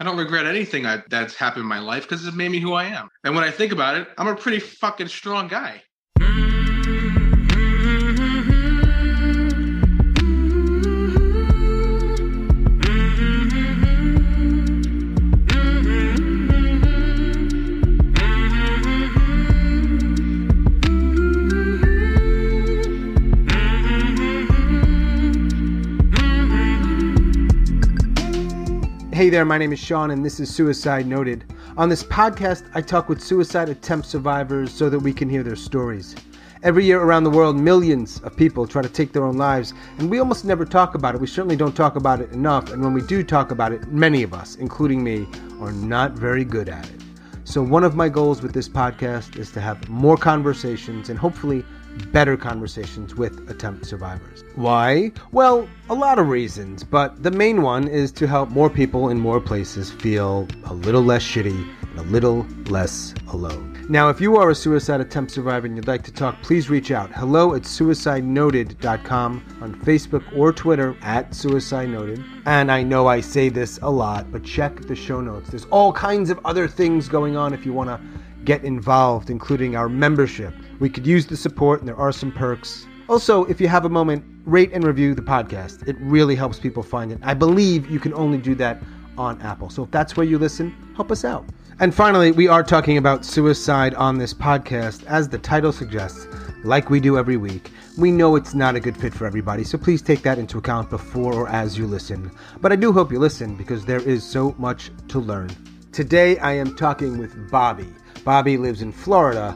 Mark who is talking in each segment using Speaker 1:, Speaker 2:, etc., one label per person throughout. Speaker 1: I don't regret anything I, that's happened in my life because it's made me who I am. And when I think about it, I'm a pretty fucking strong guy.
Speaker 2: Hey there, my name is Sean, and this is Suicide Noted. On this podcast, I talk with suicide attempt survivors so that we can hear their stories. Every year around the world, millions of people try to take their own lives, and we almost never talk about it. We certainly don't talk about it enough, and when we do talk about it, many of us, including me, are not very good at it. So, one of my goals with this podcast is to have more conversations and hopefully better conversations with attempt survivors. Why? Well, a lot of reasons, but the main one is to help more people in more places feel a little less shitty and a little less alone. Now, if you are a suicide attempt survivor and you'd like to talk, please reach out. Hello at suicidenoted.com on Facebook or Twitter at Suicide Noted. And I know I say this a lot, but check the show notes. There's all kinds of other things going on if you want to get involved, including our membership. We could use the support, and there are some perks. Also, if you have a moment, rate and review the podcast. It really helps people find it. I believe you can only do that on Apple. So if that's where you listen, help us out. And finally, we are talking about suicide on this podcast, as the title suggests, like we do every week. We know it's not a good fit for everybody, so please take that into account before or as you listen. But I do hope you listen because there is so much to learn. Today, I am talking with Bobby. Bobby lives in Florida,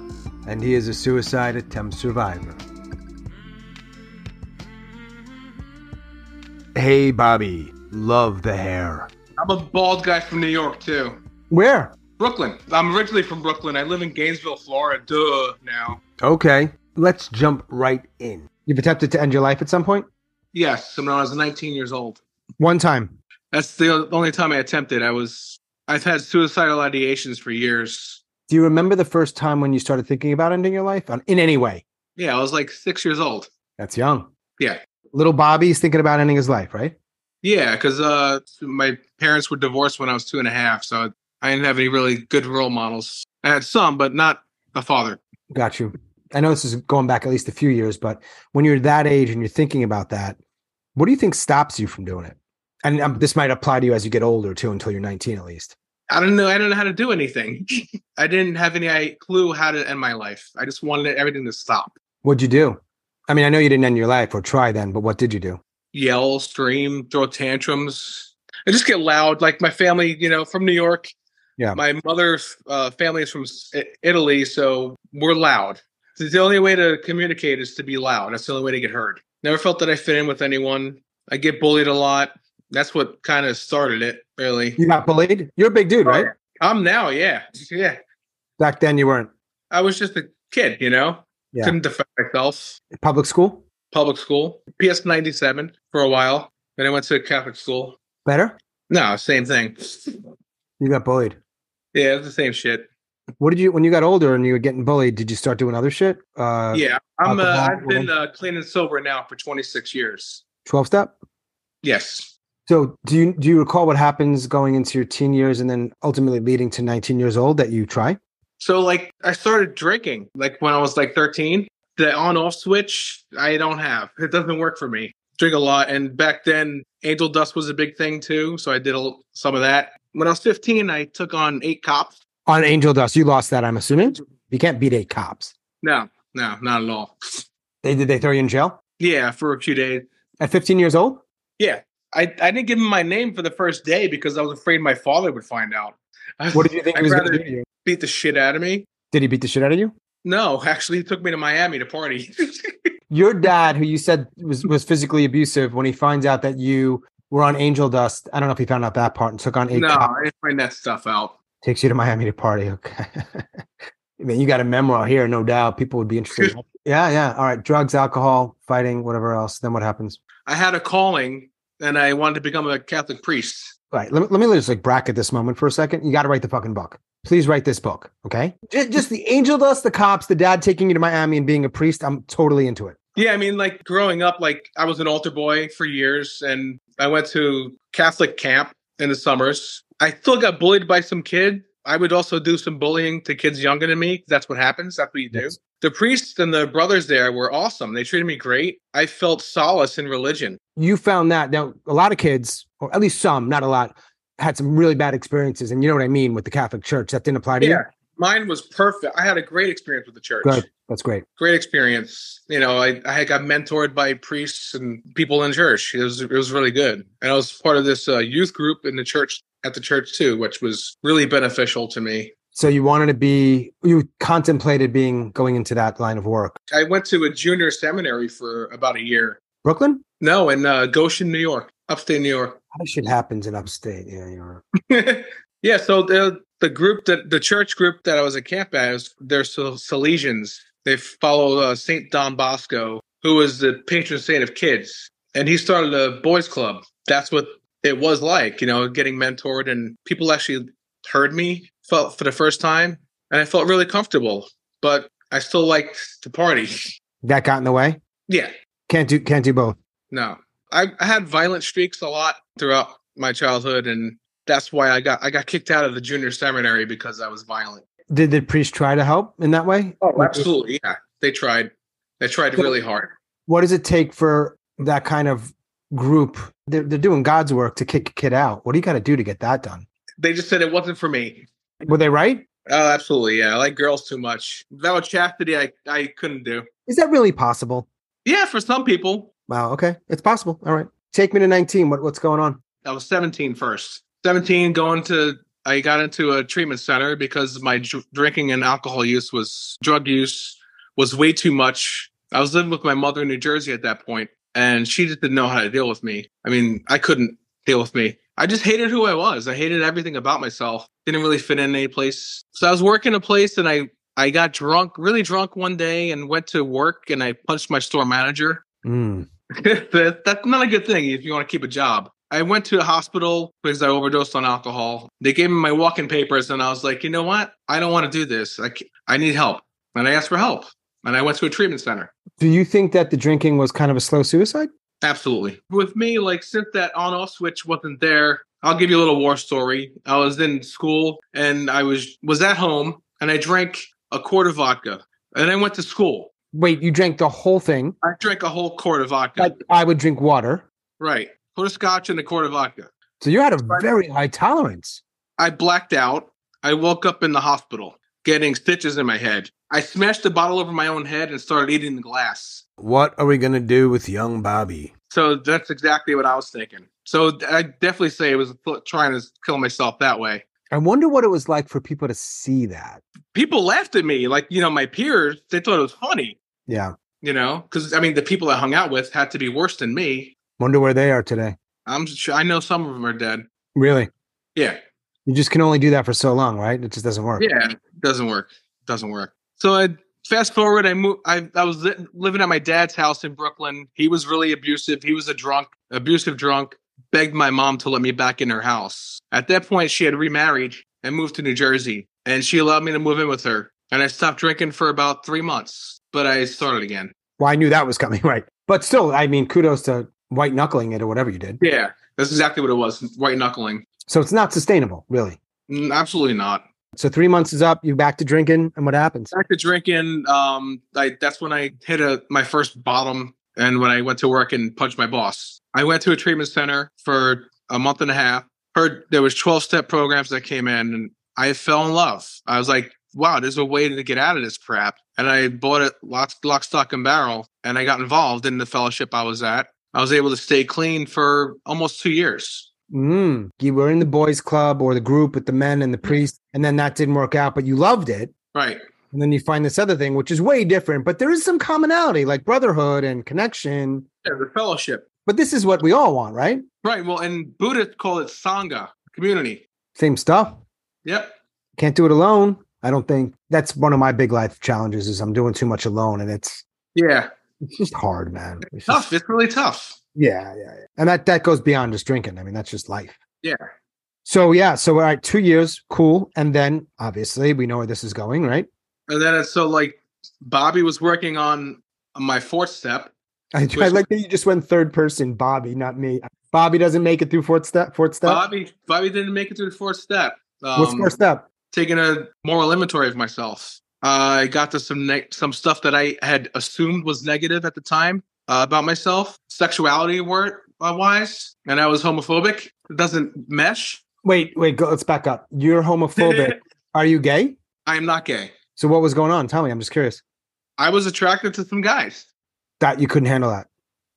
Speaker 2: and he is a suicide attempt survivor. Hey, Bobby. Love the hair.
Speaker 1: I'm a bald guy from New York, too.
Speaker 2: Where?
Speaker 1: Brooklyn. I'm originally from Brooklyn. I live in Gainesville, Florida. Duh, now.
Speaker 2: Okay. Let's jump right in. You've attempted to end your life at some point?
Speaker 1: Yes, when I was 19 years old.
Speaker 2: One time.
Speaker 1: That's the only time I attempted. I was, I've had suicidal ideations for years.
Speaker 2: Do you remember the first time when you started thinking about ending your life on- in any way?
Speaker 1: Yeah, I was like six years old.
Speaker 2: That's young.
Speaker 1: Yeah.
Speaker 2: Little Bobby's thinking about ending his life, right?
Speaker 1: Yeah, because uh, my parents were divorced when I was two and a half, so I didn't have any really good role models. I had some, but not a father.
Speaker 2: Got you. I know this is going back at least a few years, but when you're that age and you're thinking about that, what do you think stops you from doing it? And um, this might apply to you as you get older too, until you're 19 at least.
Speaker 1: I don't know. I don't know how to do anything. I didn't have any I- clue how to end my life. I just wanted everything to stop.
Speaker 2: What'd you do? I mean, I know you didn't end your life or try then, but what did you do?
Speaker 1: Yell, scream, throw tantrums. I just get loud. Like my family, you know, from New York.
Speaker 2: Yeah.
Speaker 1: My mother's uh, family is from S- I- Italy, so we're loud. So the only way to communicate is to be loud. That's the only way to get heard. Never felt that I fit in with anyone. I get bullied a lot. That's what kind of started it, really.
Speaker 2: You got bullied? You're a big dude, right?
Speaker 1: I'm now, yeah, yeah.
Speaker 2: Back then you weren't.
Speaker 1: I was just a kid, you know.
Speaker 2: Yeah.
Speaker 1: Couldn't defend myself.
Speaker 2: Public school?
Speaker 1: Public school, PS ninety seven for a while. Then I went to a Catholic school.
Speaker 2: Better?
Speaker 1: No, same thing.
Speaker 2: You got bullied.
Speaker 1: Yeah, it's the same shit.
Speaker 2: What did you when you got older and you were getting bullied? Did you start doing other shit? Uh,
Speaker 1: yeah, I'm. Uh,
Speaker 2: alcohol,
Speaker 1: I've been uh, clean and sober now for twenty six years.
Speaker 2: twelve step.
Speaker 1: Yes.
Speaker 2: So do you do you recall what happens going into your teen years and then ultimately leading to nineteen years old that you try?
Speaker 1: So like, I started drinking like when I was like thirteen. The on off switch I don't have. It doesn't work for me. Drink a lot, and back then angel dust was a big thing too. So I did a, l- some of that. When I was fifteen, I took on eight cops.
Speaker 2: On Angel Dust, you lost that. I'm assuming you can't beat eight cops.
Speaker 1: No, no, not at all.
Speaker 2: They did they throw you in jail
Speaker 1: Yeah, for a few days.
Speaker 2: at fifteen years old?
Speaker 1: Yeah, I, I didn't give him my name for the first day because I was afraid my father would find out. I-
Speaker 2: What did you think he
Speaker 1: I'd
Speaker 2: was going
Speaker 1: rather-
Speaker 2: to do to you?
Speaker 1: Beat the shit out of me.
Speaker 2: Did he beat the shit out of you?
Speaker 1: No, actually, he took me to Miami to party.
Speaker 2: Your dad, who you said was was physically abusive, when he finds out that you were on Angel Dust, I don't know if he found out that part and took on eight
Speaker 1: no,
Speaker 2: cops.
Speaker 1: I didn't find that stuff out.
Speaker 2: takes you to Miami to party. Okay. I mean, you got a memoir here, no doubt. People would be interested. yeah, yeah. All right. Drugs, alcohol, fighting, whatever else. Then what happens?
Speaker 1: I had a calling and I wanted to become a Catholic priest.
Speaker 2: All right. Let me, let me just like bracket this moment for a second. You got to write the fucking book. Please write this book. Okay. Just, just the angel dust, the cops, the dad taking you to Miami and being a priest. I'm totally into it.
Speaker 1: Yeah, I mean, like growing up, like I was an altar boy for years and I went to Catholic camp in the summers. I still got bullied by some kid. I would also do some bullying to kids younger than me. That's what happens. That's what you do.
Speaker 2: Yes.
Speaker 1: The priests and the brothers there were awesome. They treated me great. I felt solace in religion.
Speaker 2: you found that now a lot of kids or at least some not a lot had some really bad experiences and you know what i mean with the catholic church that didn't apply to you
Speaker 1: Yeah. Mine was perfect. I had a great experience with the church.
Speaker 2: good that's great
Speaker 1: Great experience. You know, I, I got mentored by priests and people in church. It was it was really good. And I was part of this uh, youth group in the church at the church too, which was really beneficial to me.
Speaker 2: so you wanted to be you contemplated being going into that line of work
Speaker 1: I went to a junior seminary for about a year.
Speaker 2: brooklyn
Speaker 1: No, in uh, Goshen, New York, upstate New York.
Speaker 2: that shit happens in upstate yeah you're
Speaker 1: yeah, so the the group that the church group that I was at camp at is they're Sil- Salesians. They follow uh, Saint Don Bosco, who is the patron saint of kids, and he started a boys' club. That's what it was like, you know, getting mentored and people actually heard me felt for the first time, and I felt really comfortable. But I still liked to party.
Speaker 2: that got in the way
Speaker 1: yeah,
Speaker 2: can't do can't do both
Speaker 1: no, I, I had violent streaks a lot throughout my childhood, and that's why I got I got kicked out of the junior seminary because I was violent.
Speaker 2: did the priest try to help in that way
Speaker 1: Oh,
Speaker 2: Like,
Speaker 1: absolutely. Yeah. They tried. They tried
Speaker 2: So-
Speaker 1: really hard.
Speaker 2: what does it take for that kind of group they're, they're doing god's work to kick a kid out what do you got to do to get that done
Speaker 1: They just said it wasn't for me.
Speaker 2: were they right
Speaker 1: Oh, absolutely. Yeah. I like girls too much. Without chastity, I, I couldn't do.
Speaker 2: is that really possible
Speaker 1: Yeah, for some people.
Speaker 2: Wow. Okay. It's possible. All right. Take me to 19. What, what's going on?
Speaker 1: I was 17 first. 17 going to I got into a treatment center because my dr- drinking and alcohol use was drug use was way too much. I was living with my mother in New Jersey at that point and she just didn't know how to deal with me. I mean, I couldn't deal with me. I just hated who I was. I hated everything about myself. Didn't really fit in any place. So I was working a place and I I got drunk, really drunk one day and went to work and I punched my store manager.
Speaker 2: Mm.
Speaker 1: That- that's not a good thing if you want to keep a job. I went to the hospital because I overdosed on alcohol. They gave me my walking papers, and I was like, you know what? I don't want to do this. I, ca- I need help. And I asked for help, and I went to a treatment center.
Speaker 2: Do you think that the drinking was kind of a slow suicide?
Speaker 1: Absolutely. With me, like, since that on off switch wasn't there, I'll give you a little war story. I was in school and I was was at home and I drank a quart of vodka. And I went to school.
Speaker 2: Wait, you drank the whole thing.
Speaker 1: I drank a whole quart of vodka.
Speaker 2: Like I would drink water.
Speaker 1: right. Put a scotch and a quart of vodka.
Speaker 2: So you had a very high tolerance.
Speaker 1: I blacked out. I woke up in the hospital getting stitches in my head. I smashed the bottle over my own head and started eating the glass.
Speaker 2: What are we going to do with young Bobby?
Speaker 1: So that's exactly what I was thinking. So th- I definitely say it was trying to kill myself that way.
Speaker 2: I wonder what it was like for people to see that.
Speaker 1: People laughed at me, like, you know, my peers, they thought it was funny,
Speaker 2: Yeah.
Speaker 1: you know, because I mean, the people I hung out with had to be worse than me.
Speaker 2: Wonder where they are today.
Speaker 1: I'm sure I know some of them are dead.
Speaker 2: Really?
Speaker 1: Yeah.
Speaker 2: You just can only do that for so long, right? It just doesn't work.
Speaker 1: Yeah, doesn't work. Doesn't work. So I fast forward. I moved. I I was li- living at my dad's house in Brooklyn. He was really abusive. He was a drunk, abusive drunk. Begged my mom to let me back in her house. At that point, she had remarried and moved to New Jersey, and she allowed me to move in with her. And I stopped drinking for about three months, but I started again.
Speaker 2: Well, I knew that was coming, right? But still, I mean, kudos to white knuckling it or whatever you did.
Speaker 1: Yeah, that's exactly what it was. White knuckling.
Speaker 2: So it's not sustainable, really.
Speaker 1: Mm, Absolutely not.
Speaker 2: So three months is up. You back to drinking, and what happens?
Speaker 1: back to drinking. Um, I, that's when I hit a my first bottom, and when I went to work and punched my boss. I went to a treatment center for a month and a half. Heard there was twelve step programs that came in, and I fell in love. I was like, wow, there's a way to get out of this crap. And I bought it lock, lock, stock, and barrel, and I got involved in the fellowship I was at. I was able to stay clean for almost two years.
Speaker 2: Mm. You were in the boys' club or the group with the men and the priest, and then that didn't work out, but you loved it.
Speaker 1: Right.
Speaker 2: And then you find this other thing, which is way different, but there is some commonality like brotherhood and connection.
Speaker 1: Yeah, the fellowship.
Speaker 2: But this is what we all want, right?
Speaker 1: Right. Well, and Buddhists call it Sangha, community.
Speaker 2: Same stuff.
Speaker 1: Yep.
Speaker 2: Can't do it alone. I don't think that's one of my big life challenges is I'm doing too much alone and it's
Speaker 1: Yeah.
Speaker 2: it's just hard, man. It's
Speaker 1: tough.
Speaker 2: just,
Speaker 1: It's really tough.
Speaker 2: yeah, yeah, yeah. And that that goes beyond just drinking. I mean, that's just life.
Speaker 1: Yeah.
Speaker 2: So yeah, so all right, two years, cool. And then obviously we know where this is going, right?
Speaker 1: And then it's so like Bobby was working on my fourth step.
Speaker 2: I, I
Speaker 1: Which-
Speaker 2: like that you just went third person, Bobby, not me. Bobby doesn't make it through fourth step. Fourth step.
Speaker 1: Bobby, Bobby didn't make it through the fourth step. Um,
Speaker 2: What's fourth step?
Speaker 1: Taking a moral inventory of myself. I got to some ne- some stuff that I had assumed was negative at the time uh, about myself, sexuality wor- uh, wise, and I was homophobic. It doesn't mesh.
Speaker 2: Wait, wait. Go, let's back up. You're homophobic. Are you gay?
Speaker 1: I am not gay.
Speaker 2: So what was going on? Tell me. I'm just curious.
Speaker 1: I was attracted to some guys.
Speaker 2: That you couldn't handle that.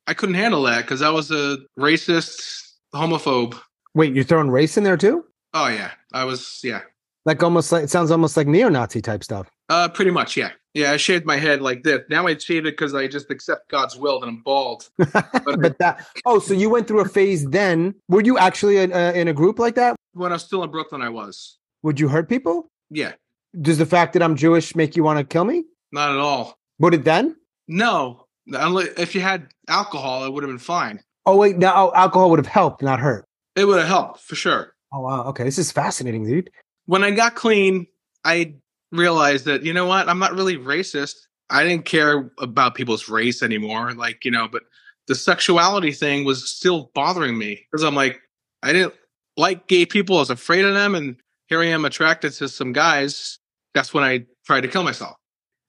Speaker 1: I couldn't handle that because I was a racist homophobe.
Speaker 2: Wait, you're throwing race in there too?
Speaker 1: Oh yeah, I was yeah,
Speaker 2: Like almost like it sounds almost like neo-Nazi type stuff.
Speaker 1: uh, pretty much yeah, yeah. I shaved my head like this. Now I shave it because I just accept God's will and I'm bald.
Speaker 2: But that. Oh, so you went through a phase then? Were you actually in a, in a group like that?
Speaker 1: When I was still in Brooklyn, I was
Speaker 2: Would you hurt people?
Speaker 1: yeah,
Speaker 2: Does the fact that I'm Jewish make you want to kill me?
Speaker 1: not at all.
Speaker 2: Would it then?
Speaker 1: No, unless if you had alcohol, it would have been fine.
Speaker 2: Oh wait, no, oh, alcohol would have helped, not hurt.
Speaker 1: It would have helped for sure.
Speaker 2: Oh wow, okay, this is fascinating, dude.
Speaker 1: When I got clean, I realized that you know what, I'm not really racist. I didn't care about people's race anymore, like you know. But the sexuality thing was still bothering me because I'm like, I didn't like gay people. I was afraid of them, and here I am attracted to some guys. That's when I tried to kill myself.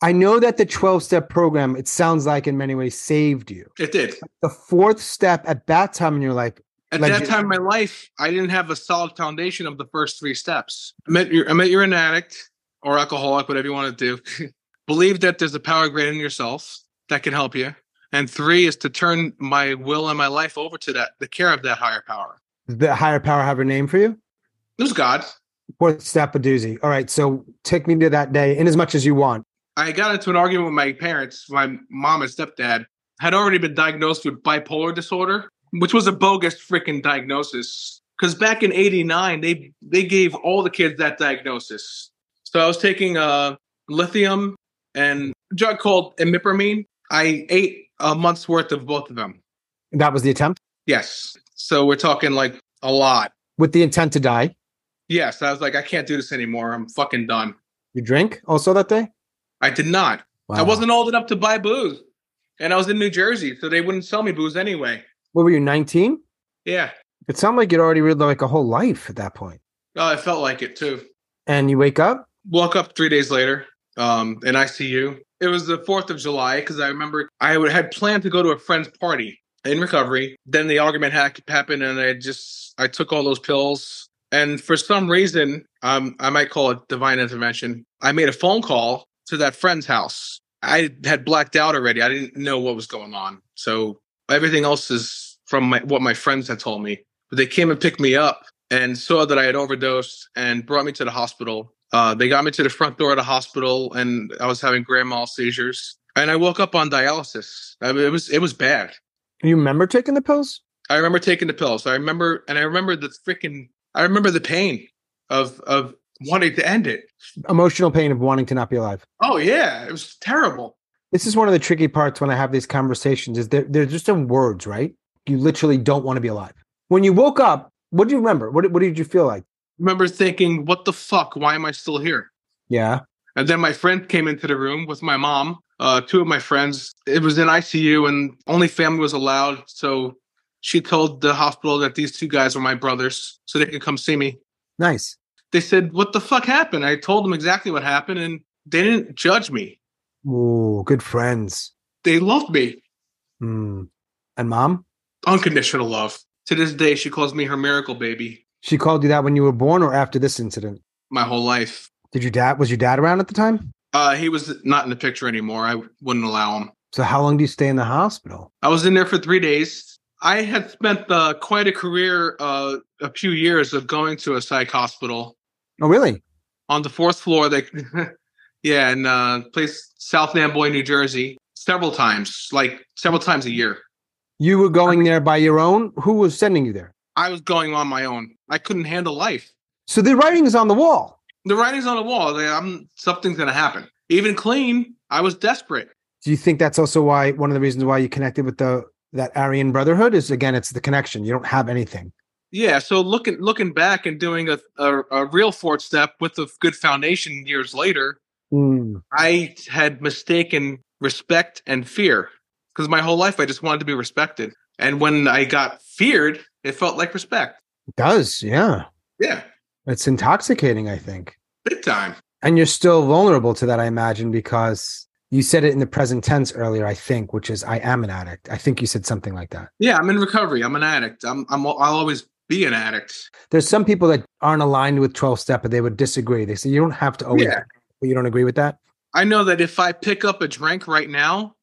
Speaker 2: I know that the 12-step program, it sounds like in many ways saved you.
Speaker 1: It did.
Speaker 2: The fourth step at that time in your life,
Speaker 1: At
Speaker 2: Like-
Speaker 1: that time in my life, I didn't have a solid foundation of the first three steps. I meant you're, I meant you're an addict or alcoholic, whatever you want to do. Believe that there's a power greater than yourself that can help you. And three is to turn my will and my life over to that, the care of that higher power.
Speaker 2: the higher power have a name for you.
Speaker 1: There's God.
Speaker 2: Fourth step, a doozy. All right, so take me to that day in as much as you want.
Speaker 1: I got into an argument with my parents, my mom and stepdad had already been diagnosed with bipolar disorder, which was a bogus freaking diagnosis. Because back in '89, they they gave all the kids that diagnosis. So I was taking uh, lithium and a drug called imipramine. I ate a month's worth of both of them.
Speaker 2: That was the attempt
Speaker 1: Yes. So we're talking like a lot.
Speaker 2: with the intent to die.
Speaker 1: Yes. I was like, I can't do this anymore. I'm fucking done.
Speaker 2: You drink also that day?
Speaker 1: I did not. I
Speaker 2: Wow.
Speaker 1: wasn't old enough to buy booze, and I was in New Jersey, so they wouldn't sell me booze anyway.
Speaker 2: What were you, 19?
Speaker 1: Yeah,
Speaker 2: It sounded like you'd already lived like a whole life at that point.
Speaker 1: oh, I felt like it too.
Speaker 2: And you wake up,
Speaker 1: Woke up three days later um, in ICU. It was the Fourth of July because I remember I would, had planned to go to a friend's party in recovery. Then the argument ha- happened, and I just I took all those pills. And for some reason, um, I might call it divine intervention. I made a phone call to that friend's house. I had blacked out already. I didn't know what was going on. So everything else is from my, what my friends had told me. But they came and picked me up and saw that I had overdosed and brought me to the hospital. Uh, they got me to the front door of the hospital, and I was having grand mal seizures. And I woke up on dialysis. I mean, it was it was bad.
Speaker 2: you remember taking the pills?
Speaker 1: I remember taking the pills. I remember, and I remember the freaking. I remember the pain of of wanting to end it.
Speaker 2: Emotional pain of wanting to not be alive.
Speaker 1: Oh yeah, it was terrible.
Speaker 2: This is one of the tricky parts when I have these conversations is they're, they're just in words, right? You literally don't want to be alive. When you woke up, what do you remember? What, what did you feel like?
Speaker 1: remember thinking, "What the fuck? Why am I still here?"
Speaker 2: Yeah.
Speaker 1: And then my friend came into the room with my mom, uh, two of my friends. It was in ICU and only family was allowed. So she told the hospital that these two guys were my brothers so they could come see me.
Speaker 2: Nice.
Speaker 1: They said, What the fuck happened? I told them exactly what happened and they didn't judge me.
Speaker 2: Ooh, good friends.
Speaker 1: They loved me.
Speaker 2: Mm. And mom,
Speaker 1: Unconditional love. To this day, she calls me her miracle baby
Speaker 2: she called you that when you were born or after this incident?
Speaker 1: my whole life.
Speaker 2: Did your dad, was your dad around at the time?
Speaker 1: Uh, he was not in the picture anymore. I wouldn't allow him.
Speaker 2: So how long do you stay in the hospital?
Speaker 1: I was in there for three days. I had spent uh, quite a career, uh, a few years of going to a psych hospital
Speaker 2: Oh, really?
Speaker 1: on the fourth floor. They, yeah, in uh, place South Namboy, New Jersey, several times, like several times a year.
Speaker 2: You were going there by your own? Who was sending you there?
Speaker 1: I was going on my own. I couldn't handle life.
Speaker 2: So the writing is on the wall.
Speaker 1: The writing's on the wall. They- I'm something's gonna happen. Even clean, I was desperate.
Speaker 2: Do you think that's also why one of the reasons why you connected with the that Aryan Brotherhood is again it's the connection. You don't have anything.
Speaker 1: Yeah. So looking looking back and doing a a, a real fourth step with a good foundation years later, I had mistaken respect and fear because my whole life I just wanted to be respected. And when I got feared, It felt like respect.
Speaker 2: It does, yeah.
Speaker 1: Yeah,
Speaker 2: It's intoxicating, I think.
Speaker 1: big time.
Speaker 2: And you're still vulnerable to that, I imagine, because you said it in the present tense earlier, I think, which is I am an addict. I think you said something like that.
Speaker 1: Yeah, I'm in recovery. I'm an addict. I'm, I'm I'll always be an addict.
Speaker 2: There's some people that aren't aligned with 12 step, but they would disagree. They say you don't have to always,
Speaker 1: Yeah.
Speaker 2: but you don't agree with that.
Speaker 1: I know that if I pick up a drink right now,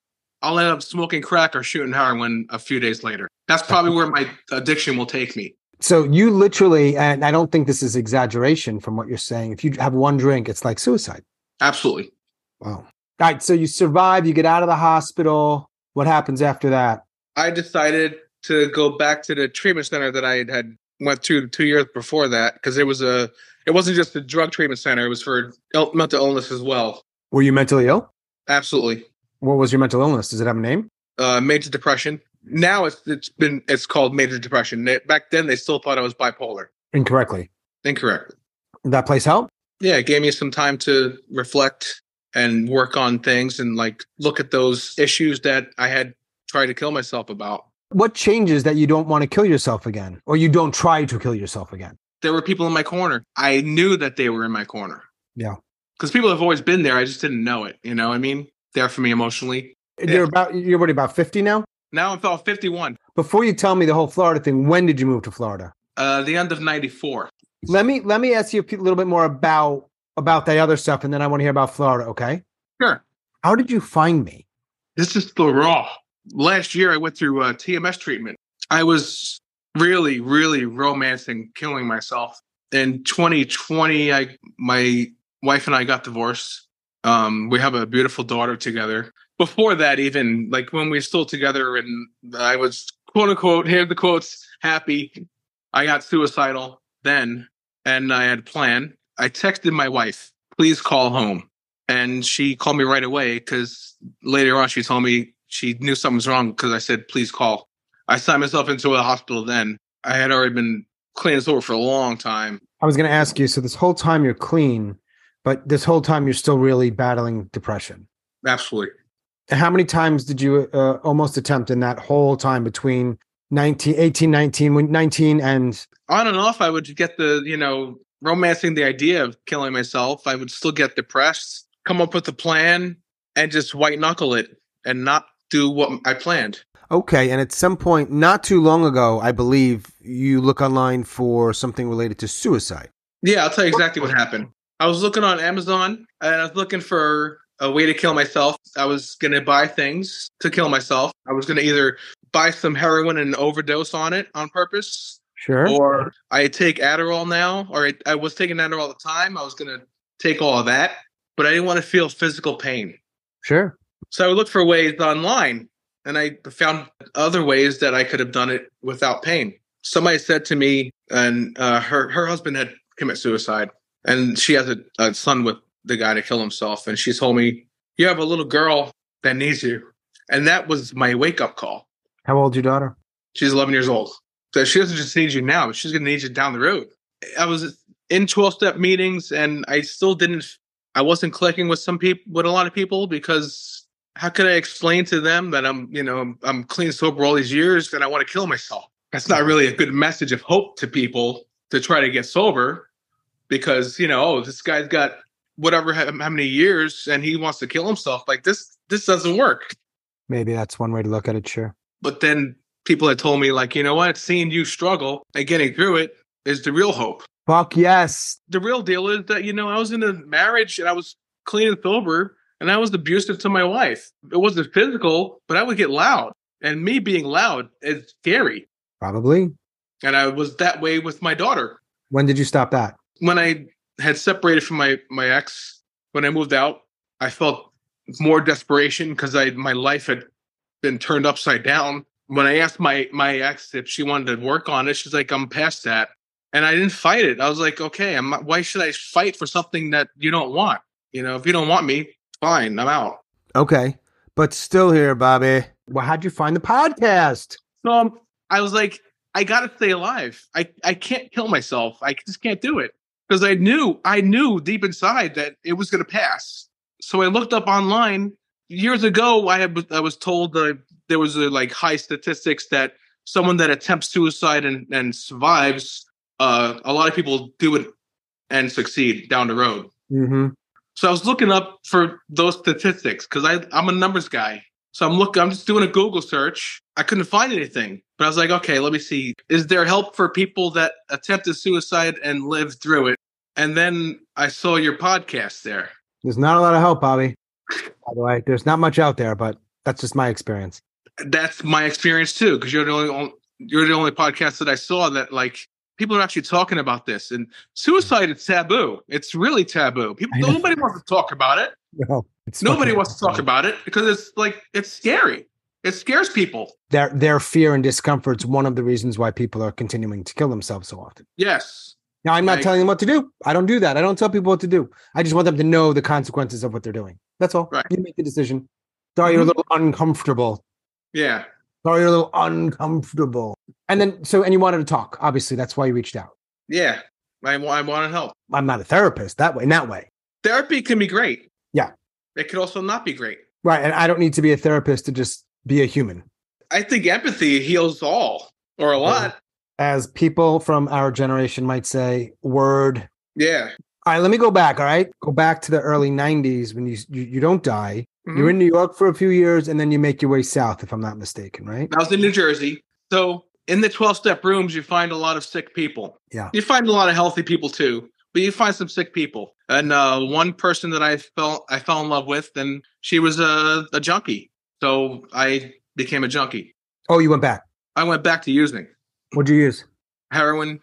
Speaker 1: I'll end up smoking crack or shooting heroin a few days later. That's probably where my addiction will take me.
Speaker 2: So you literally, and I don't think this is exaggeration from what you're saying. If you have one drink, it's like suicide.
Speaker 1: Absolutely.
Speaker 2: Wow. All right. So you survive, you get out of the hospital. What happens after that?
Speaker 1: I decided to go back to the treatment center that I had, had went to two years before that because it was a it wasn't just a drug treatment center. It was for ill- mental illness as well.
Speaker 2: Were you mentally ill?
Speaker 1: Absolutely.
Speaker 2: What was your mental illness? Does it have a name?
Speaker 1: Uh, major depression. Now it's it's been it's called major depression. They- Back then they still thought I was bipolar.
Speaker 2: Incorrectly.
Speaker 1: Incorrect.
Speaker 2: Did that place help?
Speaker 1: yeah it gave me some time to reflect and work on things and like look at those issues that i had tried to kill myself about
Speaker 2: What changes that you don't want to kill yourself again, or you don't try to kill yourself again?
Speaker 1: there were people in my corner i knew that they were in my corner
Speaker 2: Yeah.
Speaker 1: because people have always been there i just didn't know it you know what i mean there for me emotionally
Speaker 2: You're about you're what about fifty now?
Speaker 1: now i'm about 51
Speaker 2: Before you tell me the whole Florida thing, when did you move to Florida?
Speaker 1: uh the end of 94
Speaker 2: Let me let me ask you a pe- little bit more about about that other stuff, and then I want to hear about Florida. Okay.
Speaker 1: Sure.
Speaker 2: How did you find me?
Speaker 1: This is the raw. Last year, I went through uh, TMS treatment. I was really, really romancing killing myself. In 2020, I my wife and I got divorced. Um, we have a beautiful daughter together. Before that, even like when we were still together, and I was quote unquote here are the quotes happy. I got suicidal then, and I had a plan. I texted my wife, "Please call home," and she called me right away because later on she told me she knew something was wrong because I said, please call. I signed myself into a hospital then. I had already been clean this over for a long time.
Speaker 2: I was going to ask you. So this whole time you're clean, but this whole time you're still really battling depression.
Speaker 1: Absolutely.
Speaker 2: How many times did you uh, almost attempt in that whole time between 19, 18, 19, when 19 and
Speaker 1: On and off, I would get the, you know, romancing the idea of killing myself. I would still get depressed, come up with a plan, and just white knuckle it and not do what I planned.
Speaker 2: Okay, and at some point not too long ago, I believe you look online for something related to suicide.
Speaker 1: Yeah, I'll tell you exactly what happened. I was looking on Amazon and I was looking for a way to kill myself. I was going to buy things to kill myself. I was going to either buy some heroin and overdose on it on purpose,
Speaker 2: Sure.
Speaker 1: or I take Adderall now, or I, I was taking Adderall all the time. I was going to take all of that, but I didn't want to feel physical pain.
Speaker 2: sure.
Speaker 1: So I would look for ways online and I found other ways that I could have done it without pain. Somebody said to me, and uh, her, her husband had commit suicide and she has a, a son with the guy to kill himself. And she told me, You have a little girl that needs you. And that was my wake up call.
Speaker 2: How old's your daughter?
Speaker 1: She's 11 years old. So she doesn't just need you now, but she's going to need you down the road. I was in 12 step meetings and I still didn't, I wasn't clicking with some people, with a lot of people because how could I explain to them that I'm, you know, I'm clean sober all these years and I want to kill myself? That's not really a good message of hope to people to try to get sober because, you know, oh, this guy's got whatever, how how many years and he wants to kill himself. Like this, this doesn't work
Speaker 2: Maybe that's one way to look at it. Sure.
Speaker 1: but then people had told me like you know what seeing you struggle and getting through it is the real hope
Speaker 2: Fuck yes.
Speaker 1: the real deal is that you know i was in a marriage and i was clean and sober and i was abusive to my wife it wasn't physical but i would get loud and me being loud is scary
Speaker 2: Probably.
Speaker 1: and i was that way with my daughter
Speaker 2: When did you stop that?
Speaker 1: when I had separated from my my ex, when I moved out, I felt more desperation because I my life had been turned upside down. When I asked my my ex if she wanted to work on it, she's like, "I'm past that," and I didn't fight it. I was like, "Okay, I'm. not- Why should I fight for something that you don't want? You know, if you don't want me, fine, I'm out."
Speaker 2: Okay, but still here, Bobby. Well, how'd you find the podcast?
Speaker 1: So um, I was like, I gotta stay alive. I, I can't kill myself. I just can't do it because I knew I knew deep inside that it was gonna pass. So I looked up online years ago. I had I was told that there was a, like high statistics that someone that attempts suicide and, and survives, uh, a lot of people do it and succeed down the road.
Speaker 2: Mm-hmm.
Speaker 1: So I was looking up for those statistics because I I'm a numbers guy. So I'm looking. I'm just doing a Google search. I couldn't find anything, but I was like, okay, let me see. Is there help for people that attempted suicide and lived through it? And then I saw your podcast there.
Speaker 2: There's not a lot of help, Bobby. By the way, there's not much out there, but that's just my experience.
Speaker 1: That's my experience too, because you're the only you're the only podcast that I saw that like people are actually talking about this. And suicide is taboo. It's really taboo. People
Speaker 2: I know.
Speaker 1: nobody wants to talk about it.
Speaker 2: No, it's
Speaker 1: Nobody
Speaker 2: fucking-
Speaker 1: wants to talk about it because it's like it's scary. It scares people.
Speaker 2: their their fear and discomfort's one of the reasons why people are continuing to kill themselves so often.
Speaker 1: Yes.
Speaker 2: Now, I'm not
Speaker 1: Right.
Speaker 2: telling them what to do. I don't do that. I don't tell people what to do. I just want them to know the consequences of what they're doing. That's all.
Speaker 1: Right.
Speaker 2: You make the decision. Sorry, you're a
Speaker 1: Mhm.
Speaker 2: little uncomfortable.
Speaker 1: Yeah.
Speaker 2: Sorry, you're a little uncomfortable. And then, so, and you wanted to talk. Obviously, that's why you reached out.
Speaker 1: Yeah. I, wa- I want to help.
Speaker 2: I'm not a therapist that way, in that way.
Speaker 1: Therapy can be great.
Speaker 2: Yeah.
Speaker 1: It could also not be great.
Speaker 2: Right. And I don't need to be a therapist to just be a human.
Speaker 1: I think empathy heals all or a lot.
Speaker 2: As people from our generation might say, word
Speaker 1: Yeah.
Speaker 2: All right, let me go back. All right, go back to the early '90s when you you, you don't die.
Speaker 1: Mhm.
Speaker 2: You're in New York for a few years, and then you make your way south, if I'm not mistaken, right?
Speaker 1: I was in New Jersey. So in the 12 step rooms, you find a lot of sick people.
Speaker 2: Yeah.
Speaker 1: You find a lot of healthy people too, but you find some sick people. And uh, one person that I fell, I fell in love with, and she was a, a junkie. So I became a junkie.
Speaker 2: Oh, you went back.
Speaker 1: I went back to using
Speaker 2: What'd you use?
Speaker 1: heroin,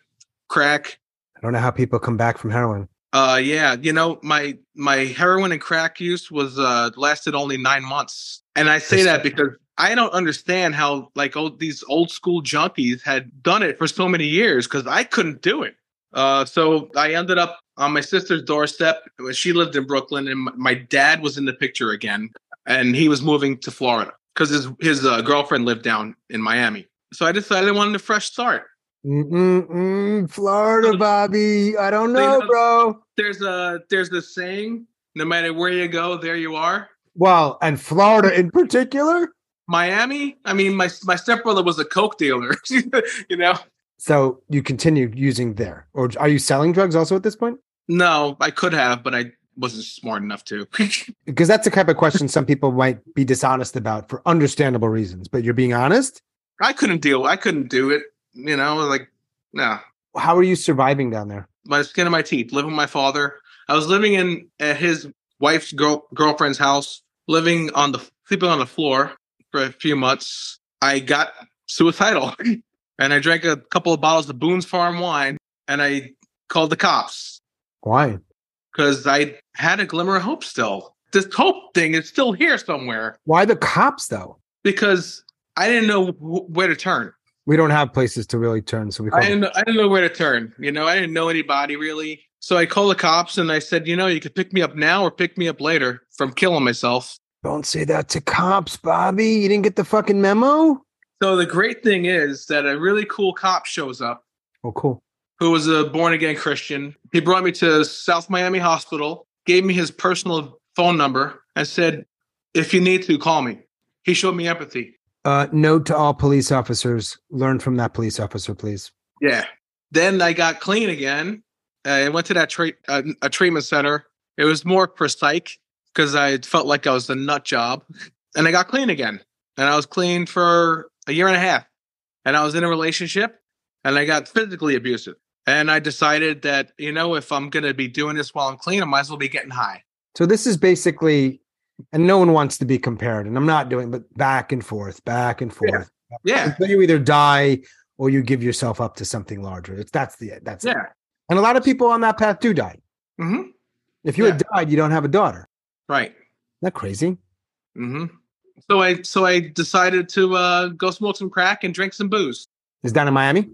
Speaker 1: crack,
Speaker 2: I don't know how people come back from heroin.
Speaker 1: Uh, yeah, you know my my heroin and crack use was uh lasted only nine months, and I say that because I don't understand how like old these old school junkies had done it for so many years because I couldn't do it. Uh, so I ended up on my sister's doorstep. She lived in Brooklyn, and my- my dad was in the picture again, and he was moving to Florida because his his uh, girlfriend lived down in Miami. So I decided I wanted a fresh start.
Speaker 2: Mm-mm-mm, Florida, Bobby. I don't
Speaker 1: They
Speaker 2: know,
Speaker 1: know-
Speaker 2: bro.
Speaker 1: There's a there's this saying: no matter where you go, there you are.
Speaker 2: Well, and Florida in particular.
Speaker 1: Miami. I mean, my my stepbrother was a coke dealer. you know,
Speaker 2: So you continued using there, or are you selling drugs also at this point?
Speaker 1: no, I could have, but I wasn't smart enough to.
Speaker 2: Because that's the type of question some people might be dishonest about for understandable reasons. But you're being honest.
Speaker 1: I couldn't deal. I couldn't do it. You know, like no,
Speaker 2: How are you surviving down there?
Speaker 1: by the skin of my teeth. Living with my father. I was living in at his wife's girl, girlfriend's house, living on the sleeping on the floor for a few months. I got suicidal, and I drank a couple of bottles of Boone's Farm wine, and I called the cops.
Speaker 2: Why?
Speaker 1: because I had a glimmer of hope still. This hope thing is still here somewhere
Speaker 2: Why the cops though?
Speaker 1: because I didn't know wh- where to turn.
Speaker 2: We don't have places to really turn, so we call
Speaker 1: I
Speaker 2: them.
Speaker 1: didn't, I didn't know where to turn. You know, I didn't know anybody really. So I called the cops and I said, you know, you could pick me up now or pick me up later from killing myself.
Speaker 2: Don't say that to cops, Bobby. You didn't get the fucking memo.
Speaker 1: So the great thing is that a really cool cop shows up
Speaker 2: Oh, cool.
Speaker 1: who was a born again Christian. He brought me to South Miami Hospital, gave me his personal phone number, and said, if you need to, call me. He showed me empathy.
Speaker 2: Uh, note to all police officers: learn from that police officer, please.
Speaker 1: Yeah. Then I got clean again. I went to that tra- uh, a treatment center. It was more for psych because I felt like I was a nut job, and I got clean again. And I was clean for a year and a half, and I was in a relationship, and I got physically abusive. And I decided that you know if I'm gonna be doing this while I'm clean, I might as well be getting high.
Speaker 2: So this is basically, and no one wants to be compared, and I'm not doing, but back and forth, back and
Speaker 1: Yeah.
Speaker 2: forth.
Speaker 1: Yeah,
Speaker 2: Until you either die or you give yourself up to something larger. It's that's the that's it.
Speaker 1: yeah.
Speaker 2: And a lot of people on that path do die.
Speaker 1: Mm-hmm.
Speaker 2: If you had died, you don't have a daughter.
Speaker 1: Right.
Speaker 2: Isn't that crazy?
Speaker 1: hmm So I so I decided to uh, go smoke some crack and drink some booze.
Speaker 2: Is down in Miami.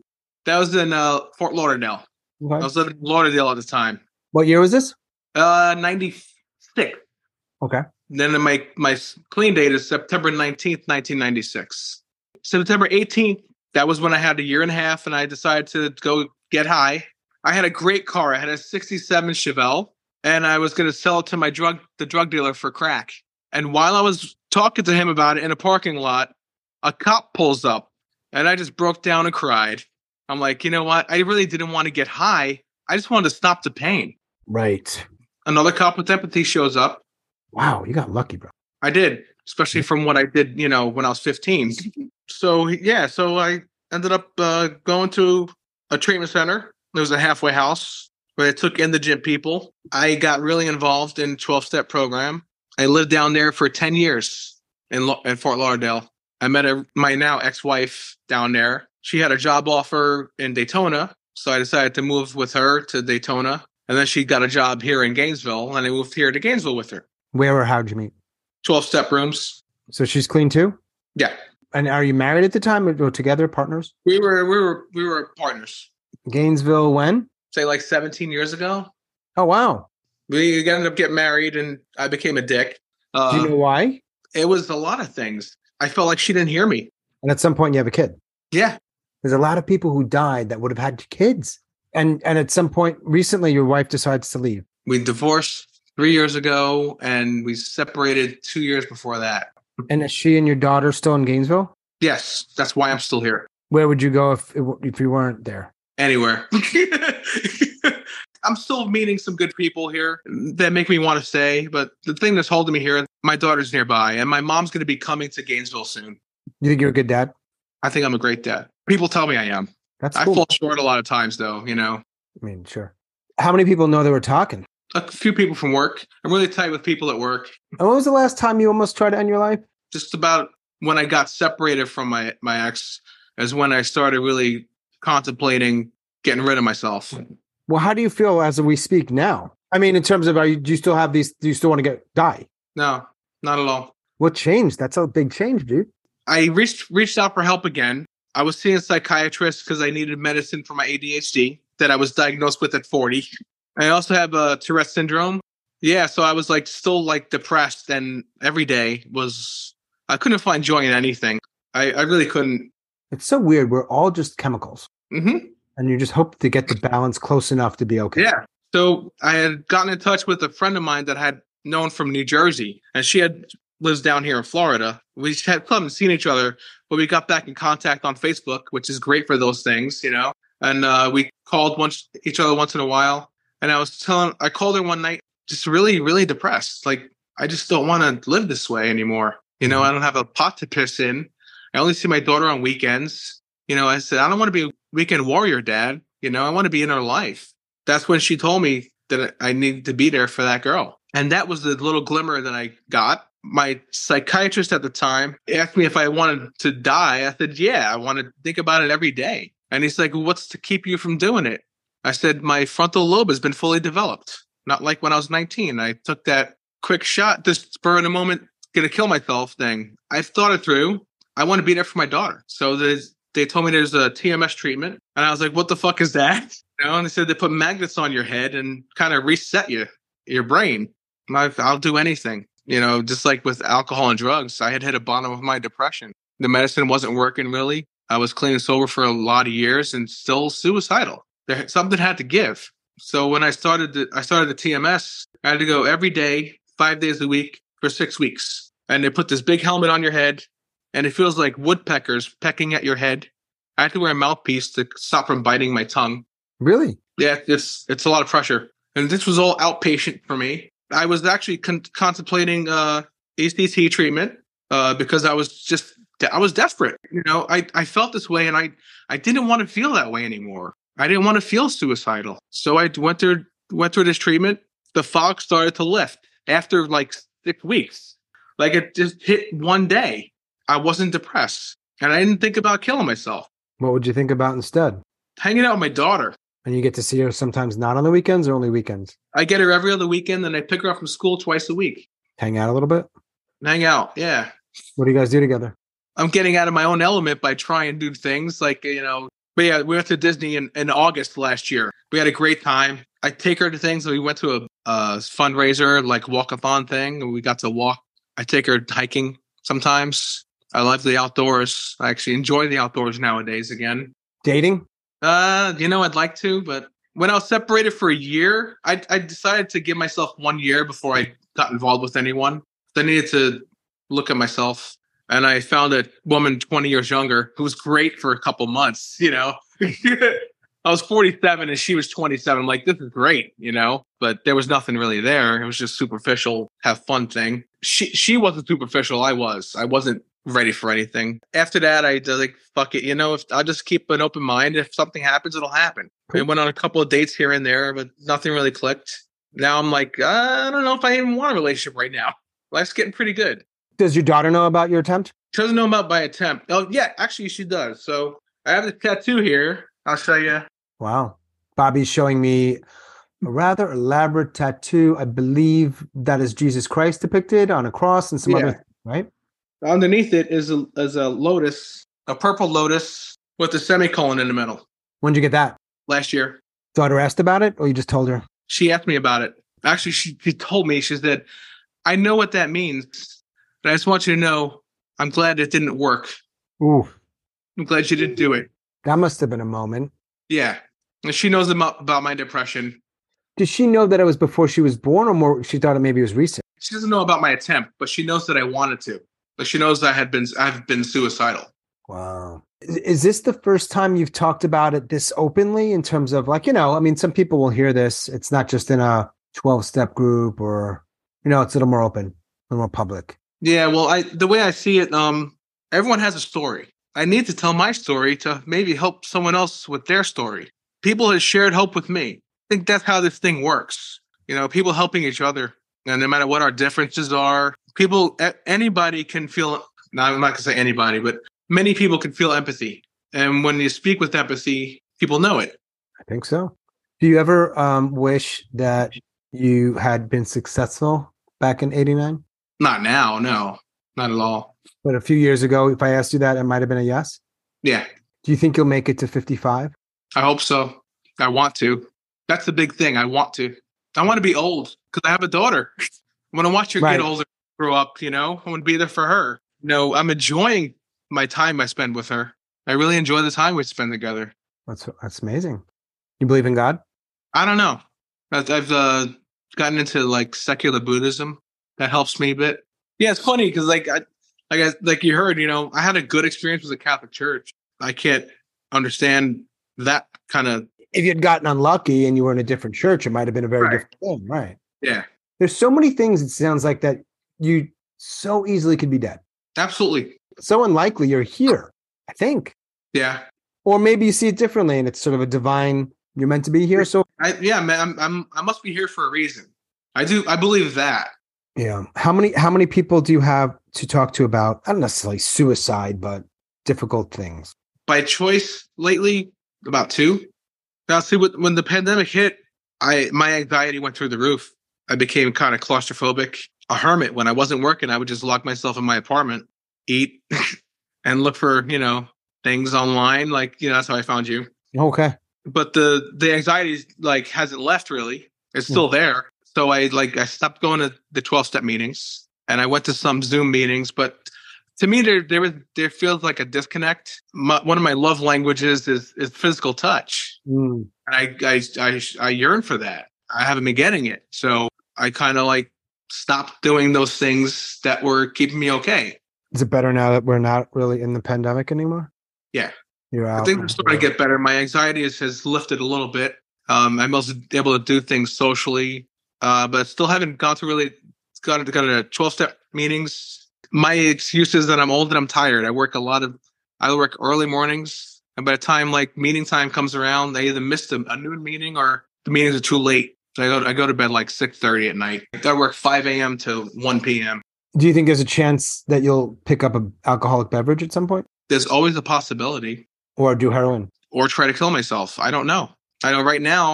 Speaker 1: That was in uh, Fort Lauderdale. I
Speaker 2: Okay.
Speaker 1: was living in Lauderdale at the time.
Speaker 2: What year was this?
Speaker 1: Uh, ninety six.
Speaker 2: Okay.
Speaker 1: Then my my clean date is September nineteenth, nineteen ninety six. September eighteenth. That was when I had a year and a half, and I decided to go get high. I had a great car. I had a '67 Chevelle, and I was going to sell it to my drug the drug dealer for crack. And while I was talking to him about it in a parking lot, a cop pulls up And I just broke down and cried. I'm like, you know what? I really didn't want to get high. I just wanted to stop the pain.
Speaker 2: Right.
Speaker 1: Another cop with empathy shows up.
Speaker 2: Wow, you got lucky, bro.
Speaker 1: I did, especially from what I did, you know, when I was 15. So yeah, so I ended up uh, going to a treatment center. It was a halfway house where they took in the gym people. I got really involved in 12 step program. I lived down there for 10 years in, La- in Fort Lauderdale. I met a, my now ex wife down there. She had a job offer in Daytona. So I decided to move with her to Daytona. And then she got a job here in Gainesville and I moved here to Gainesville with her.
Speaker 2: Where or how'd you meet?
Speaker 1: 12 step rooms.
Speaker 2: So she's clean too?
Speaker 1: Yeah.
Speaker 2: And are you married at the time or or together, partners?
Speaker 1: We were, we were, we were partners,
Speaker 2: Gainesville when?
Speaker 1: say like 17 years ago.
Speaker 2: Oh, wow.
Speaker 1: We ended up getting married and I became a dick. Uh,
Speaker 2: Do you know why?
Speaker 1: it was a lot of things. I felt like she didn't hear me.
Speaker 2: And at some point, you have a kid.
Speaker 1: Yeah.
Speaker 2: There's a lot of people who died that would have had kids. And and at some point recently, your wife decides to leave.
Speaker 1: We divorced three years ago and we separated two years before that.
Speaker 2: And is she and your daughter still in Gainesville?
Speaker 1: Yes, that's why I'm still here.
Speaker 2: Where would you go if it w- if you weren't there?
Speaker 1: Anywhere. I'm still meeting some good people here that make me want to stay, but the thing that's holding me here, my daughter's nearby and my mom's going to be coming to Gainesville soon.
Speaker 2: You think you're a good dad?
Speaker 1: I think I'm a great dad. People tell me I am.
Speaker 2: That's
Speaker 1: I
Speaker 2: cool.
Speaker 1: fall short a lot of times though, you know.
Speaker 2: I mean, sure. How many people know they were talking?
Speaker 1: a few people from work. I'm really tight with people at work.
Speaker 2: And when was the last time you almost tried to end your life?
Speaker 1: Just about when I got separated from my my ex is when I started really contemplating getting rid of myself.
Speaker 2: Well, how do you feel as we speak now? I mean, in terms of are you do you still have these? Do you still want to get die?
Speaker 1: No, not at all.
Speaker 2: What changed? That's a big change, dude.
Speaker 1: I reached reached out for help again. I was seeing a psychiatrist because I needed medicine for my ADHD that I was diagnosed with at 40. I also have a Tourette syndrome. Yeah, so I was like still like depressed and every day was I couldn't find joy in anything. I, I really couldn't.
Speaker 2: It's so weird. We're all just chemicals,
Speaker 1: hmm
Speaker 2: and you just hope to get the balance close enough to be okay.
Speaker 1: Yeah. So I had gotten in touch with a friend of mine that I had known from New Jersey, and she had lives down here in Florida. We just had come and seen each other, but we got back in contact on Facebook, which is great for those things, you know. And uh, we called once each other once in a while. And I was telling, I called her one night, just really, really depressed. Like I just don't want to live this way anymore. You know, I don't have a pot to piss in. I only see my daughter on weekends. You know, I said I don't want to be a weekend warrior, Dad. You know, I want to be in her life that's when she told me that I needed to be there for that girl. And that was the little glimmer that I got. My psychiatrist at the time asked me if I wanted to die. I said, Yeah, I want to think about it every day. And he's like, What's to keep you from doing it? I said, My frontal lobe has been fully developed. Not like when I was 19. I took that quick shot, this spur in the moment, gonna kill myself thing. I've thought it through. I want to be there for my daughter. So there's, they told me there's a TMS treatment. And I was like, What the fuck is that? You know, and they said they put magnets on your head and kind of reset you, your brain. And I've, I'll do anything. You know, just like with alcohol and drugs, I had hit a bottom of my depression. The medicine wasn't working really. I was clean and sober for a lot of years and still suicidal. There, something had to give. So when I started, the, I started the TMS. I had to go every day, five days a week for six weeks, and they put this big helmet on your head, and it feels like woodpeckers pecking at your head. I had to wear a mouthpiece to stop from biting my tongue.
Speaker 2: Really?
Speaker 1: Yeah, it's it's a lot of pressure, and this was all outpatient for me. I was actually con- contemplating uh, ACT treatment uh, because I was just I was desperate. You know, I I felt this way, and I I didn't want to feel that way anymore. I didn't want to feel suicidal, so I went through went through this treatment. The fog started to lift after like six weeks. Like it just hit one day. I wasn't depressed, and I didn't think about killing myself.
Speaker 2: What would you think about instead?
Speaker 1: Hanging out with my daughter.
Speaker 2: And you get to see her sometimes not on the weekends or only weekends.
Speaker 1: I get her every other weekend, and I pick her up from school twice a week
Speaker 2: Hang out a little bit.
Speaker 1: and hang out. Yeah.
Speaker 2: What do you guys do together?
Speaker 1: I'm getting out of my own element by trying new things. Like, you know, but yeah, we went to Disney in, in August last year. We had a great time. I take her to things. We went to a, a fundraiser, like walkathon thing, and we got to walk. I take her hiking sometimes. I love the outdoors. I actually enjoy the outdoors nowadays again.
Speaker 2: Dating?
Speaker 1: Uh, you know, I'd like to, but when I was separated for a year, I I decided to give myself one year before I got involved with anyone. I needed to look at myself. and I found a woman 20 years younger who was great for a couple months, you know. I was 47 and she was 27. I'm like, this is great, you know, but there was nothing really there. It was just superficial, have fun thing. She she wasn't superficial. I was. I wasn't ready for anything. After that, I did like, fuck it, you know, if I'll just keep an open mind. If something happens, it'll happen. I went on a couple of dates here and there, but nothing really clicked. Now I'm like, "Uh, I don't know if I even want a relationship right now. Life's getting pretty good.
Speaker 2: Does your daughter know about your attempt?
Speaker 1: She doesn't know about my attempt. Oh yeah, actually she does. So I have this tattoo here. I'll show you.
Speaker 2: Wow. Bobby's showing me a rather elaborate tattoo. I believe that is Jesus Christ depicted on a cross and some
Speaker 1: Yeah.
Speaker 2: other, right?
Speaker 1: Underneath it is a is a lotus, a purple lotus with a semicolon in the middle.
Speaker 2: When'd you get that?
Speaker 1: Last year,
Speaker 2: Daughter asked about it, or you just told her?
Speaker 1: she asked me about it. Actually, she, she told me she said, "I know what that means, but I just want you to know I'm glad it didn't work.
Speaker 2: Ooh,
Speaker 1: I'm glad you didn't do it."
Speaker 2: that must have been a moment.
Speaker 1: Yeah, and she knows about, about my depression.
Speaker 2: Did she know that it was before she was born, or more? She thought it maybe was recent.
Speaker 1: She doesn't know about my attempt, but she knows that I wanted to. Like she knows that I had been I've been suicidal.
Speaker 2: Wow. Is- Is this the first time you've talked about it this openly in terms of like, you know, I mean, some people will hear this. It's not just in a 12 step group or, you know, it's a little more open, a little more public.
Speaker 1: Yeah, well, I the way I see it, um, everyone has a story. I need to tell my story to maybe help someone else with their story. People have shared hope with me. I think that's how this thing works. You know, people helping each other, and no matter what our differences are, people, a- anybody can feel. No, I'm not gonna say anybody, but many people can feel empathy. And when you speak with empathy, people know it.
Speaker 2: I think so. Do you ever um, wish that you had been successful back in 89?
Speaker 1: Not now, no, not at all.
Speaker 2: But a few years ago, if I asked you that, it might have been a yes.
Speaker 1: Yeah,
Speaker 2: Do you think you'll make it to 55?
Speaker 1: I hope so. I want to. That's the big thing. I want to. I want to be old because I have a daughter. I want to watch her
Speaker 2: Right.
Speaker 1: get older, grow up. You know, I want to be there for her. No, I'm enjoying my time I spend with her. I really enjoy the time we spend together.
Speaker 2: That's, that's amazing. You believe in God?
Speaker 1: I don't know. I've, I've uh, gotten into like secular Buddhism. That helps me a bit. Yeah, it's funny because like I, like I, like you heard, you know, I had a good experience with the Catholic Church. I can't understand that kind of
Speaker 2: If you'd gotten unlucky and you were in a different church, it might have been a very
Speaker 1: Right.
Speaker 2: different thing, right?
Speaker 1: yeah.
Speaker 2: there's so many things it sounds like that you so easily could be dead
Speaker 1: Absolutely,
Speaker 2: so unlikely you're here i think
Speaker 1: yeah.
Speaker 2: or maybe you see it differently and it's sort of a divine you're meant to be here so
Speaker 1: I, yeah, man, I'm, I'm I must be here for a reason. I do. I believe that.
Speaker 2: yeah how many how many people do you have to talk to about i don't necessarily suicide but difficult things
Speaker 1: by choice lately about two now see when, when the pandemic hit i my anxiety went through the roof i became kind of claustrophobic a hermit when i wasn't working i would just lock myself in my apartment eat and look for you know things online like you know that's how i found you
Speaker 2: okay
Speaker 1: but the the anxiety like hasn't left really it's still there so i like i stopped going to the 12 step meetings and i went to some zoom meetings but to me there there was there feels like a disconnect my, one of my love languages is is physical touch
Speaker 2: Mm.
Speaker 1: and I, I i i yearn for that i haven't been getting it so i kind of like stopped doing those things that were keeping me okay
Speaker 2: is it better now that we're not really in the pandemic anymore
Speaker 1: Yeah.
Speaker 2: you're
Speaker 1: I
Speaker 2: out
Speaker 1: think I'm starting to get better. My anxiety has, has lifted a little bit. Um, I'm also able to do things socially, uh, but still haven't gone to really gone to gone to 12 step meetings. My excuse is that I'm old and I'm tired. I work a lot of I work early mornings, and by the time like meeting time comes around, I either missed a, a noon meeting or the meetings are too late. So I go I go to bed like 6:30 at night. I work 5 a.m. to 1 p.m.
Speaker 2: do you think there's a chance that you'll pick up an alcoholic beverage at some point
Speaker 1: There's always a possibility.
Speaker 2: or do heroin
Speaker 1: or try to kill myself. I don't know. I know right now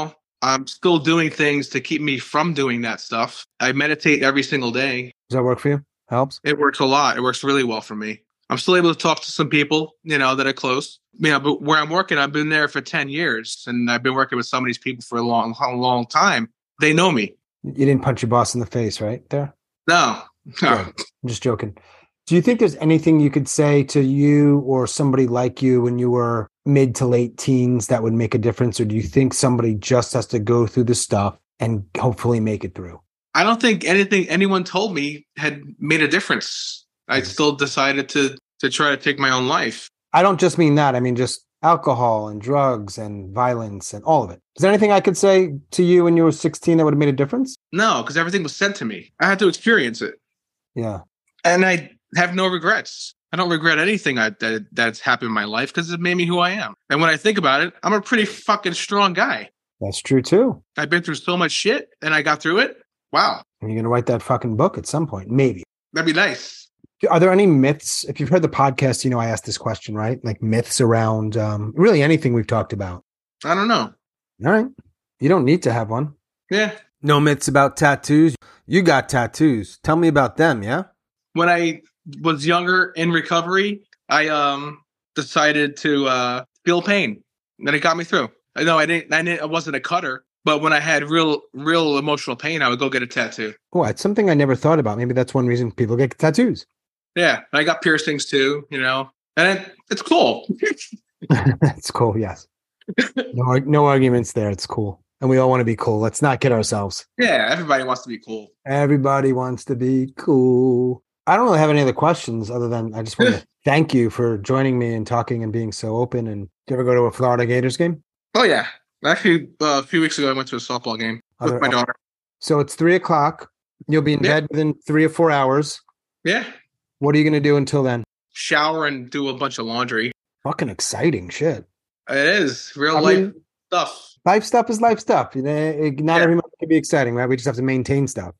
Speaker 1: I'm still doing things to keep me from doing that stuff. I meditate every single day.
Speaker 2: does that work for you helps
Speaker 1: It works a lot. It works really well for me. I'm still able to talk to some people, you know, that are close. You know, but where I'm working, I've been there for 10 years and I've been working with some of these people for a long, long, long time. They know me.
Speaker 2: You didn't punch your boss in the face, right? There.
Speaker 1: No.
Speaker 2: Yeah. I'm just joking. Do you think there's anything you could say to you or somebody like you when you were mid to late teens that would make a difference? Or do you think somebody just has to go through the stuff and hopefully make it through?
Speaker 1: I don't think anything anyone told me had made a difference. I still decided to to try to take my own life.
Speaker 2: I don't just mean that. I mean just alcohol and drugs and violence and all of it. Is there anything I could say to you when you were 16 that would have made a difference?
Speaker 1: No, because everything was sent to me. I had to experience it,
Speaker 2: Yeah.
Speaker 1: and I have no regrets. I don't regret anything I, that that's happened in my life because it made me who I am. And when I think about it, I'm a pretty fucking strong guy.
Speaker 2: That's true too.
Speaker 1: I've been through so much shit, and I got through it. Wow,
Speaker 2: And you're going to write that fucking book at some point, maybe.
Speaker 1: that'd be nice.
Speaker 2: Are there any myths? If you've heard the podcast, you know I asked this question, right? Like myths around um, really anything we've talked about.
Speaker 1: I don't know.
Speaker 2: All right. You don't need to have one.
Speaker 1: Yeah,
Speaker 2: No myths about tattoos. You got tattoos. Tell me about them, yeah?
Speaker 1: when I was younger in recovery, I um decided to uh feel pain. And it got me through. I know I didn't I didn't I wasn't a cutter, but when I had real real emotional pain, I would go get a tattoo.
Speaker 2: Oh, it's something I never thought about. Maybe that's one reason people get tattoos.
Speaker 1: Yeah. And I got piercings too, you know. And it, it's cool.
Speaker 2: That's cool. Yes. No, ar- no arguments there. It's cool. And we all want to be cool. Let's not kid ourselves.
Speaker 1: yeah, everybody wants to be cool.
Speaker 2: Everybody wants to be cool. I don't really have any other questions other than I just want to thank you for joining me and talking and being so open. And do you ever go to a Florida Gators game?
Speaker 1: Oh yeah. Actually, uh, a few weeks ago, I went to a softball game
Speaker 2: Are
Speaker 1: with
Speaker 2: there-
Speaker 1: my daughter.
Speaker 2: So it's three o'clock. You'll be in
Speaker 1: Yeah.
Speaker 2: bed within three or four hours.
Speaker 1: Yeah,
Speaker 2: What are you going to do until then?
Speaker 1: shower and do a bunch of laundry.
Speaker 2: Fucking exciting shit.
Speaker 1: It is real
Speaker 2: I
Speaker 1: life
Speaker 2: mean,
Speaker 1: stuff.
Speaker 2: life stuff is life stuff. You know, it- not
Speaker 1: Yeah.
Speaker 2: every month can be exciting, right? We just have to maintain stuff,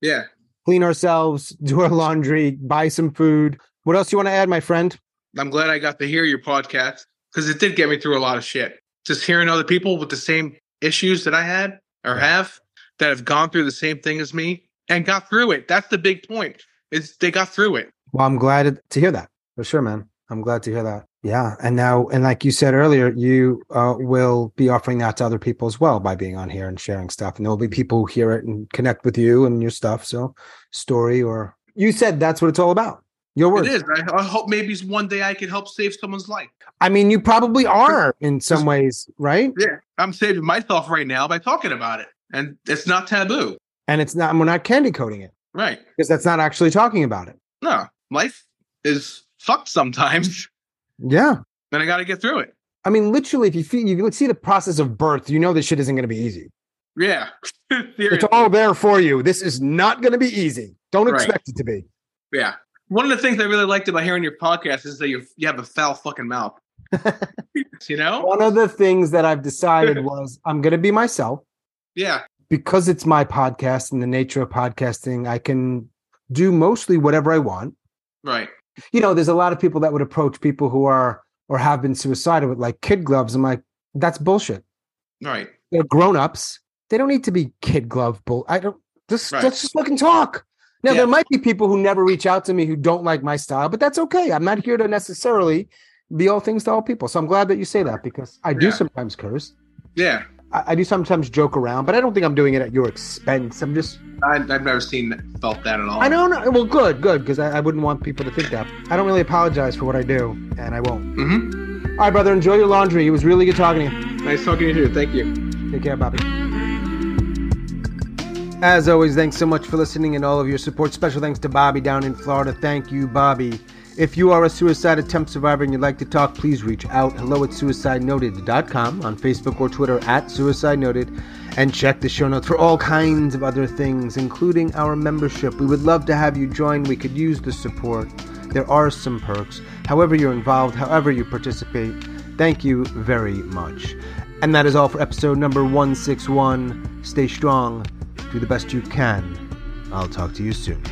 Speaker 1: Yeah.
Speaker 2: clean ourselves, do our laundry, buy some food. What else you want to add, my friend?
Speaker 1: I'm glad I got to hear your podcast because it did get me through a lot of shit. Just hearing other people with the same issues that I had or have that have gone through the same thing as me and got through it. That's the big point. Is they got through it.
Speaker 2: Well, I'm glad to hear that for sure, man. I'm glad to hear that. Yeah, and now, and like you said earlier, you uh, will be offering that to other people as well by being on here and sharing stuff. And there will be people who hear it and connect with you and your stuff. So, story or you said that's what it's all about. Your words.
Speaker 1: It is. I, I hope maybe one day I could help save someone's life.
Speaker 2: I mean, you probably are in some ways, right?
Speaker 1: Yeah. I'm saving myself right now by talking about it. And it's not taboo.
Speaker 2: And it's not. and We're not candy coating it.
Speaker 1: Right.
Speaker 2: because that's not actually talking about it.
Speaker 1: No. Life is fucked sometimes.
Speaker 2: Yeah.
Speaker 1: Then I got to get through it.
Speaker 2: I mean, literally, if you feel, you would see the process of birth, you know this shit isn't going to be easy.
Speaker 1: Yeah.
Speaker 2: It's all there for you. This is not going to be easy. Don't
Speaker 1: Right.
Speaker 2: expect it to be.
Speaker 1: Yeah. One of the things I really liked about hearing your podcast is that you you have a foul fucking mouth. you know?
Speaker 2: One of the things that I've decided was I'm going to be myself
Speaker 1: Yeah.
Speaker 2: because it's my podcast and the nature of podcasting. I can do mostly whatever I want.
Speaker 1: Right.
Speaker 2: You know, there's a lot of people that would approach people who are or have been suicidal with like kid gloves. I'm like, that's bullshit.
Speaker 1: Right.
Speaker 2: they're grown-ups. They don't need to be kid glove bull. I don't just
Speaker 1: Right.
Speaker 2: let's just fucking talk. Now
Speaker 1: Yeah.
Speaker 2: there might be people who never reach out to me who don't like my style, but that's okay. I'm not here to necessarily be all things to all people. So I'm glad that you say that because I do
Speaker 1: Yeah.
Speaker 2: sometimes curse.
Speaker 1: Yeah.
Speaker 2: I, I do sometimes joke around, but I don't think I'm doing it at your expense. I'm just
Speaker 1: I, I've never seen that- felt that at all.
Speaker 2: I don't know. Well, good, good, because I, I wouldn't want people to think that. I don't really apologize for what I do, and I won't.
Speaker 1: Mm-hmm.
Speaker 2: All right, brother, enjoy your laundry. It was really good talking to you.
Speaker 1: Nice talking to you. Thank you.
Speaker 2: Take care, Bobby. As always, thanks so much for listening and all of your support. Special thanks to Bobby down in Florida. Thank you, Bobby. If you are a suicide attempt survivor and you'd like to talk, please reach out. Hello at suicidenoted.com on Facebook or Twitter at Suicide Noted. And check the show notes for all kinds of other things, including our membership. We would love to have you join. We could use the support. There are some perks. However, you're involved, however, you participate. Thank you very much. And that is all for episode number 161. Stay strong, do the best you can. I'll talk to you soon.